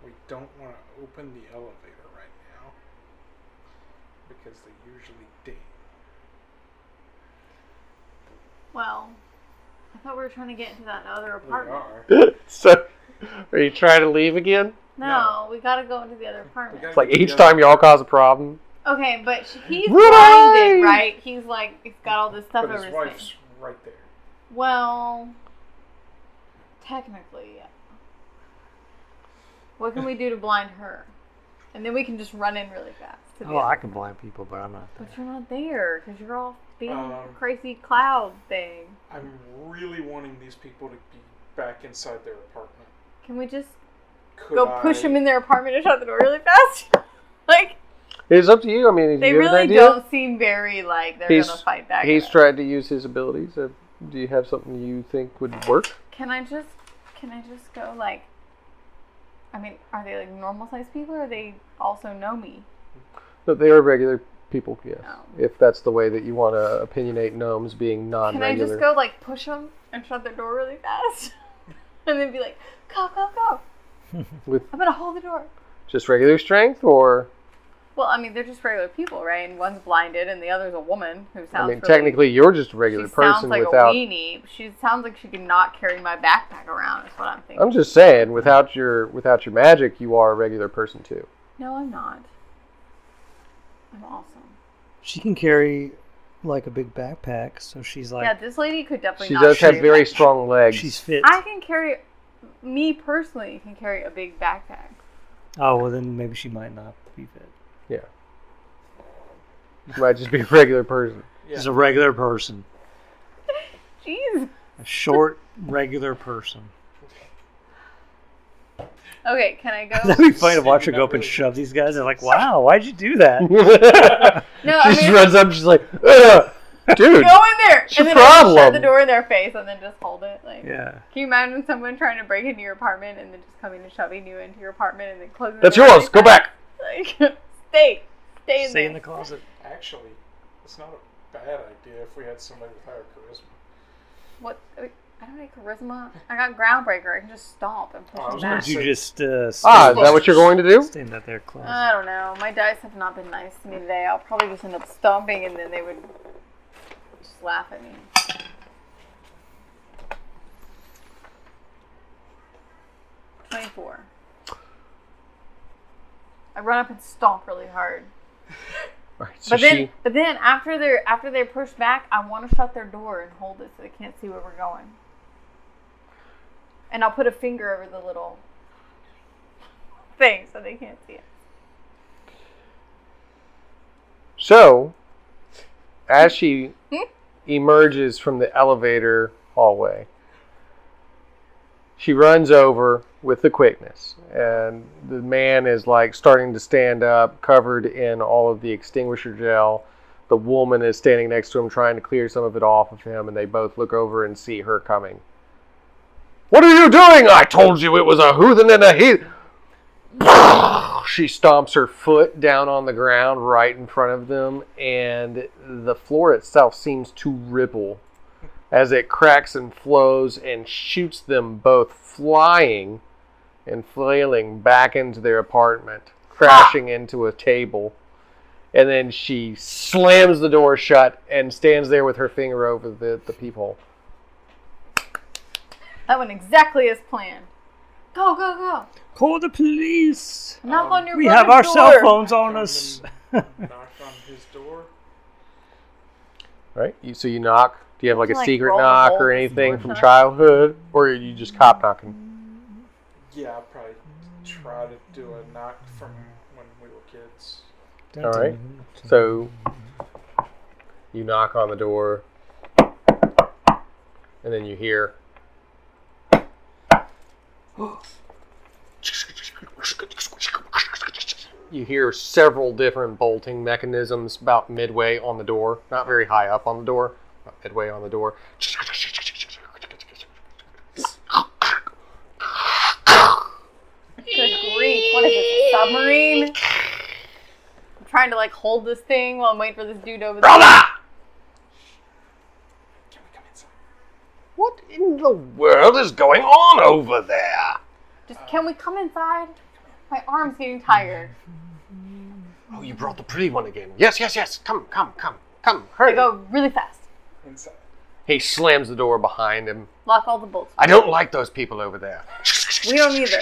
[SPEAKER 2] we don't want to open the elevator right now because they usually ding.
[SPEAKER 3] Well, I thought we were trying to get into that other
[SPEAKER 2] We
[SPEAKER 3] apartment.
[SPEAKER 5] <laughs>
[SPEAKER 2] are.
[SPEAKER 5] so, are you trying to leave again?
[SPEAKER 3] No, we gotta go into the other
[SPEAKER 2] We
[SPEAKER 3] apartment.
[SPEAKER 2] gotta
[SPEAKER 5] It's like
[SPEAKER 2] get
[SPEAKER 5] each
[SPEAKER 2] the
[SPEAKER 5] time y'all cause a problem.
[SPEAKER 3] Okay, but sh- he's
[SPEAKER 5] Right.
[SPEAKER 3] blinded, right? He's like, he's got all this stuff
[SPEAKER 2] other- But
[SPEAKER 3] over
[SPEAKER 2] his
[SPEAKER 3] his
[SPEAKER 2] wife's
[SPEAKER 3] face.
[SPEAKER 2] right there.
[SPEAKER 3] Well, technically, yeah. What can we do to blind her? And then we can just run in really fast. to the
[SPEAKER 4] Oh, I
[SPEAKER 3] other-
[SPEAKER 4] can blind people, but I'm not
[SPEAKER 3] But
[SPEAKER 4] there.
[SPEAKER 3] you're not there because you're all being a
[SPEAKER 2] Um,
[SPEAKER 3] crazy cloud thing.
[SPEAKER 2] I'm really wanting these people to be back inside their apartment.
[SPEAKER 3] Can we just
[SPEAKER 2] Could
[SPEAKER 3] go push
[SPEAKER 2] I-
[SPEAKER 3] them in their apartment and shut the door really fast? <laughs> like
[SPEAKER 5] It's up to you. I mean, do
[SPEAKER 3] they
[SPEAKER 5] you have an
[SPEAKER 3] really
[SPEAKER 5] idea?
[SPEAKER 3] don't seem very like they're
[SPEAKER 5] He's-
[SPEAKER 3] gonna fight back.
[SPEAKER 5] He's
[SPEAKER 3] at us.
[SPEAKER 5] tried to use his abilities. Uh, do you have something you think would work?
[SPEAKER 3] Can I just can I just go like I mean, are they like normal sized people or they also know me?
[SPEAKER 5] No, they are regular people. Yes,
[SPEAKER 3] Oh.
[SPEAKER 5] if that's the way that you want to opinionate gnomes being
[SPEAKER 3] Can I just
[SPEAKER 5] non-regular.
[SPEAKER 3] go like push them and shut their door really fast? <laughs> and then be like, go, go, go.
[SPEAKER 5] <laughs> With
[SPEAKER 3] I'm gonna hold the door.
[SPEAKER 5] just regular strength, or
[SPEAKER 3] Well, I mean, they're just regular people, right? And one's blinded and the other's a woman who sounds
[SPEAKER 5] I mean,
[SPEAKER 3] really-
[SPEAKER 5] technically, you're just a
[SPEAKER 3] she
[SPEAKER 5] regular
[SPEAKER 3] sounds
[SPEAKER 5] person
[SPEAKER 3] like
[SPEAKER 5] without.
[SPEAKER 3] a weenie. She sounds like she could not carry my backpack around is what I'm thinking.
[SPEAKER 5] I'm just saying, without your without your magic, you are a regular person too.
[SPEAKER 3] No, I'm not. I'm awesome.
[SPEAKER 4] She can carry like a big backpack, so she's like
[SPEAKER 3] yeah, this lady could definitely
[SPEAKER 5] She
[SPEAKER 3] not
[SPEAKER 5] does have
[SPEAKER 3] carry
[SPEAKER 5] very
[SPEAKER 3] my-
[SPEAKER 5] strong legs.
[SPEAKER 4] she's fit.
[SPEAKER 3] I can carry, me personally can carry a big backpack.
[SPEAKER 4] Oh well, then maybe she might not be fit.
[SPEAKER 5] You might just be a regular person. <laughs>
[SPEAKER 2] Yeah.
[SPEAKER 4] She's a regular person,
[SPEAKER 3] Jeez.
[SPEAKER 4] a short regular <laughs> person.
[SPEAKER 3] Okay, can I go?
[SPEAKER 4] That'd
[SPEAKER 5] <laughs>
[SPEAKER 4] be funny to
[SPEAKER 2] Maybe
[SPEAKER 4] watch her
[SPEAKER 2] not
[SPEAKER 4] go up and
[SPEAKER 2] really.
[SPEAKER 4] shove these guys. <laughs> They're like, "Wow, why'd you do that?"
[SPEAKER 3] no,
[SPEAKER 5] she
[SPEAKER 3] I
[SPEAKER 5] just
[SPEAKER 3] mean,
[SPEAKER 5] runs up. She's like, Ugh,
[SPEAKER 3] <laughs>
[SPEAKER 5] dude.
[SPEAKER 3] go in there
[SPEAKER 5] It's
[SPEAKER 3] and then I just shut
[SPEAKER 5] your
[SPEAKER 3] the
[SPEAKER 5] problem.
[SPEAKER 3] door in their face and then just hold it. Like,
[SPEAKER 4] <laughs> yeah,
[SPEAKER 3] can you imagine someone trying to break into your apartment and then just coming and shoving you into your apartment and then closing? the
[SPEAKER 5] That's
[SPEAKER 3] door
[SPEAKER 5] yours.
[SPEAKER 3] really
[SPEAKER 5] Go
[SPEAKER 3] fast?
[SPEAKER 5] back.
[SPEAKER 3] Like, <laughs> stay, stay in
[SPEAKER 4] stay
[SPEAKER 3] there.
[SPEAKER 4] in the closet.
[SPEAKER 2] Actually, it's not a bad idea if we had somebody with higher charisma.
[SPEAKER 3] what? I don't need charisma. I got groundbreaker. I can just stomp and push
[SPEAKER 2] Oh, I
[SPEAKER 3] them
[SPEAKER 2] was
[SPEAKER 3] back.
[SPEAKER 2] gonna
[SPEAKER 4] You just uh, stay,
[SPEAKER 5] Ah, is that what you're going to do?
[SPEAKER 4] stay in that there closet.
[SPEAKER 3] I don't know. My dice have not been nice to me today. I'll probably just end up stomping and then they would just laugh at me. Twenty-four. I run up and stomp really hard.
[SPEAKER 5] All right, so
[SPEAKER 3] But then
[SPEAKER 5] she,
[SPEAKER 3] but then after they're after they're pushed back, I wanna shut their door and hold it so they can't see where we're going. And I'll put a finger over the little thing so they can't see it.
[SPEAKER 5] So, as she
[SPEAKER 3] Hmm?
[SPEAKER 5] emerges from the elevator hallway, she runs over with the quickness. And the man is like starting to stand up, covered in all of the extinguisher gel. The woman is standing next to him, trying to clear some of it off of him, and they both look over and see her coming. What are you doing? I told you it was a hoothen and a heath. <laughs> She stomps her foot down on the ground right in front of them, and the floor itself seems to ripple as it cracks and flows and shoots them both flying and flailing back into their apartment, crashing into a table. And then she slams the door shut and stands there with her finger over the, the peephole.
[SPEAKER 3] That went exactly as planned. Go, go, go.
[SPEAKER 4] Call the police.
[SPEAKER 3] Knock
[SPEAKER 2] Um,
[SPEAKER 3] on your
[SPEAKER 4] We
[SPEAKER 3] brother's
[SPEAKER 4] have our
[SPEAKER 3] door.
[SPEAKER 4] cell phones on
[SPEAKER 2] Come
[SPEAKER 4] us.
[SPEAKER 2] and knock on his door.
[SPEAKER 5] Right? You, so you knock. Do you have like a
[SPEAKER 3] Like
[SPEAKER 5] secret
[SPEAKER 3] roll a
[SPEAKER 5] knock
[SPEAKER 3] roll
[SPEAKER 5] or
[SPEAKER 3] to
[SPEAKER 5] anything
[SPEAKER 3] see
[SPEAKER 5] from
[SPEAKER 3] what's up.
[SPEAKER 5] childhood? Or are you just cop knocking?
[SPEAKER 2] Yeah, I'll probably try to do a knock from when we were kids.
[SPEAKER 5] All right.
[SPEAKER 2] Mm-hmm.
[SPEAKER 5] So you knock on the door, and then you hear. <gasps> You hear several different bolting mechanisms about midway on the door, not very high up on the door, about midway on the door.
[SPEAKER 3] Good grief. What is this, a submarine? I'm trying to like hold this thing while I'm waiting for this dude over there.
[SPEAKER 2] Can we come inside?
[SPEAKER 5] What in the world is going on over there?
[SPEAKER 3] Just can we come inside? My arm's getting tired.
[SPEAKER 5] Oh, you brought the pretty one again. Yes, yes, yes. Come, come, come, come. Hurry.
[SPEAKER 3] I go really fast.
[SPEAKER 2] Inside.
[SPEAKER 5] He slams the door behind him.
[SPEAKER 3] Lock all the bolts.
[SPEAKER 5] I don't like those people over there.
[SPEAKER 3] We don't either.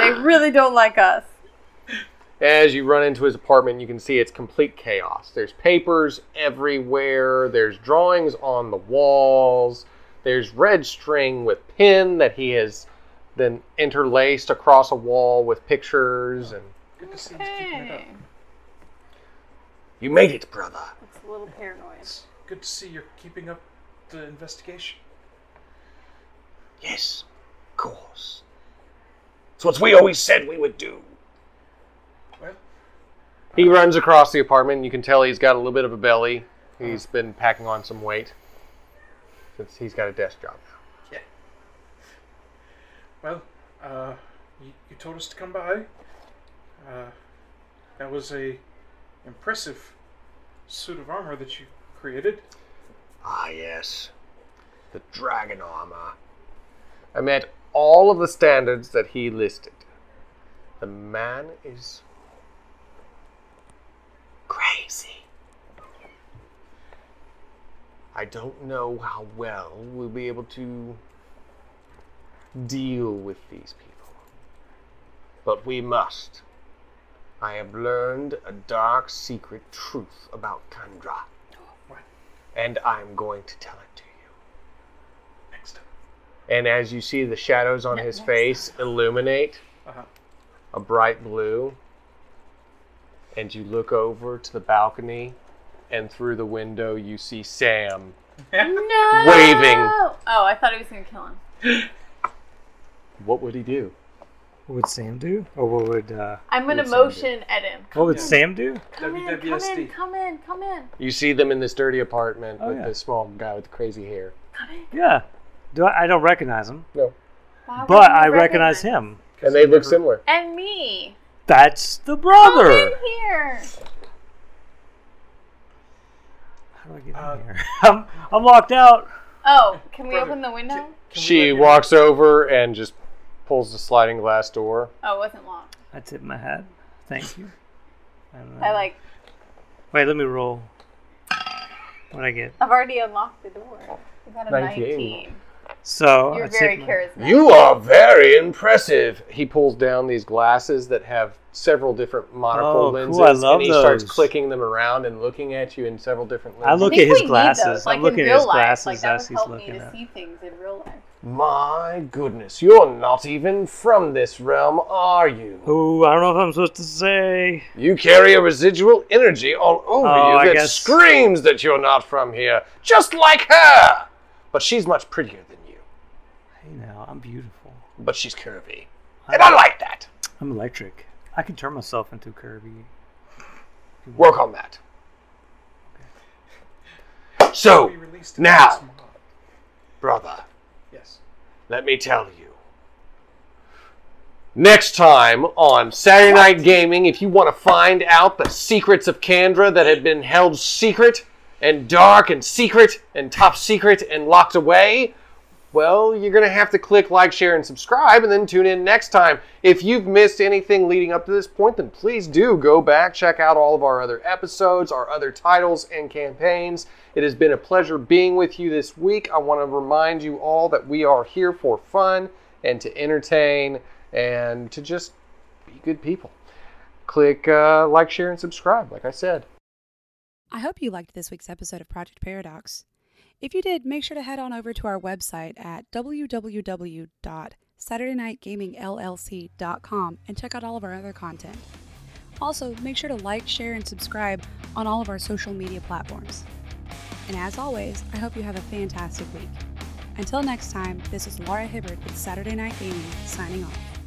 [SPEAKER 3] they really don't like us.
[SPEAKER 5] As you run into his apartment, you can see it's complete chaos. There's papers everywhere, there's drawings on the walls, there's red string with pin that he has then interlaced across a wall with pictures and
[SPEAKER 2] Good to see you. Keeping it up.
[SPEAKER 3] Hey.
[SPEAKER 5] You made it, brother.
[SPEAKER 3] Looks a little paranoid.
[SPEAKER 2] It's good to see you're keeping up the investigation.
[SPEAKER 5] Yes, of course. It's what we always said we would do.
[SPEAKER 2] Well,
[SPEAKER 5] He runs across the apartment. You can tell he's got a little bit of a belly. He's been packing on some weight since he's got a desk job now.
[SPEAKER 2] yeah. Well, uh, you, you told us to come by. Uh, that was a impressive suit of armor that you created.
[SPEAKER 5] Ah, yes. The dragon armor. I met all of the standards that he listed. The man is crazy. I don't know how well we'll be able to deal with these people. But we must. I have learned a dark secret truth about Kandra
[SPEAKER 2] What?
[SPEAKER 5] and I'm going to tell it to you.
[SPEAKER 2] Next time.
[SPEAKER 5] And as you see the shadows on his face illuminate
[SPEAKER 2] Uh-huh.
[SPEAKER 5] a bright blue, and you look over to the balcony, and through the window you see Sam.
[SPEAKER 3] No.
[SPEAKER 5] Waving.
[SPEAKER 3] Oh, I thought he was gonna kill him.
[SPEAKER 5] What would he do?
[SPEAKER 4] <laughs> What would Sam do? Or what would uh,
[SPEAKER 3] I'm gonna
[SPEAKER 5] Listen,
[SPEAKER 3] motion at him.
[SPEAKER 4] what would
[SPEAKER 2] Yeah.
[SPEAKER 4] Sam do?
[SPEAKER 3] Come in, come
[SPEAKER 2] WWSD.
[SPEAKER 3] in, come in, come in,
[SPEAKER 5] You see them in this dirty apartment
[SPEAKER 4] Oh,
[SPEAKER 5] with
[SPEAKER 4] yeah.
[SPEAKER 5] the small guy with the crazy hair.
[SPEAKER 3] come in.
[SPEAKER 4] Yeah. Do I, I don't recognize him,
[SPEAKER 5] No.
[SPEAKER 3] Why would
[SPEAKER 4] but
[SPEAKER 3] you
[SPEAKER 4] I recognize him.
[SPEAKER 5] And they look similar.
[SPEAKER 3] And me.
[SPEAKER 4] That's the
[SPEAKER 3] Come in
[SPEAKER 4] brother.
[SPEAKER 3] here.
[SPEAKER 4] How do I get
[SPEAKER 2] Uh,
[SPEAKER 4] in here? <laughs> I'm, I'm locked out.
[SPEAKER 3] Oh, can we
[SPEAKER 2] Brother,
[SPEAKER 3] open the window?
[SPEAKER 2] Can we let
[SPEAKER 5] She
[SPEAKER 2] you-
[SPEAKER 5] walks over and just pulls the sliding glass door.
[SPEAKER 3] Oh, it wasn't locked.
[SPEAKER 4] I tip my hat. Thank you. And, uh,
[SPEAKER 3] I like.
[SPEAKER 4] Wait, let me roll. What I get?
[SPEAKER 3] I've already unlocked the door. We got a
[SPEAKER 5] 19.
[SPEAKER 3] 19.
[SPEAKER 4] So I
[SPEAKER 3] You're
[SPEAKER 4] tip
[SPEAKER 3] very
[SPEAKER 4] Oh, my-
[SPEAKER 3] charismatic.
[SPEAKER 5] You are very impressive. He pulls down these glasses that have several different monocle
[SPEAKER 4] Oh, cool.
[SPEAKER 5] lenses,
[SPEAKER 4] I love
[SPEAKER 5] and he starts
[SPEAKER 4] those.
[SPEAKER 5] clicking them around and looking at you in several different lenses.
[SPEAKER 4] I look
[SPEAKER 3] I think
[SPEAKER 4] at his
[SPEAKER 3] we need
[SPEAKER 4] glasses.
[SPEAKER 3] those,
[SPEAKER 4] I'm
[SPEAKER 3] like,
[SPEAKER 4] looking
[SPEAKER 3] in
[SPEAKER 4] at his
[SPEAKER 3] real life.
[SPEAKER 4] glasses
[SPEAKER 3] Like, that
[SPEAKER 4] as
[SPEAKER 3] would
[SPEAKER 4] he's
[SPEAKER 3] help
[SPEAKER 4] looking
[SPEAKER 3] me to
[SPEAKER 4] at.
[SPEAKER 3] see things in real life.
[SPEAKER 5] My goodness, you're not even from this realm, are you?
[SPEAKER 4] Oh, I don't know if I'm supposed to say.
[SPEAKER 5] You carry a residual energy all over
[SPEAKER 4] Oh,
[SPEAKER 5] you
[SPEAKER 4] I
[SPEAKER 5] that
[SPEAKER 4] guess-
[SPEAKER 5] screams that you're not from here, just like her. But she's much prettier than you.
[SPEAKER 4] Hey, now I'm beautiful.
[SPEAKER 5] But she's curvy, and I like that.
[SPEAKER 4] I'm electric. I can turn myself into Kirby.
[SPEAKER 5] Work on that. So,
[SPEAKER 2] We released it
[SPEAKER 5] now.
[SPEAKER 2] last month.
[SPEAKER 5] brother.
[SPEAKER 2] Yes.
[SPEAKER 5] Let me tell you. Next time on Saturday Night Gaming, if you want to find out the secrets of Kandra that had been held secret and dark and secret and top secret and locked away, well, you're going to have to click like, share, and subscribe and then tune in next time. If you've missed anything leading up to this point, then please do go back, check out all of our other episodes, our other titles, and campaigns. It has been a pleasure being with you this week. I want to remind you all that we are here for fun and to entertain and to just be good people. Click uh, like, share, and subscribe, like I said.
[SPEAKER 1] I hope you liked this week's episode of Project Paradox. If you did, make sure to head on over to our website at www.saturdaynightgamingllc.com and check out all of our other content. Also, make sure to like, share, and subscribe on all of our social media platforms. And as always, I hope you have a fantastic week. Until next time, this is Laura Hibbert with Saturday Night Gaming signing off.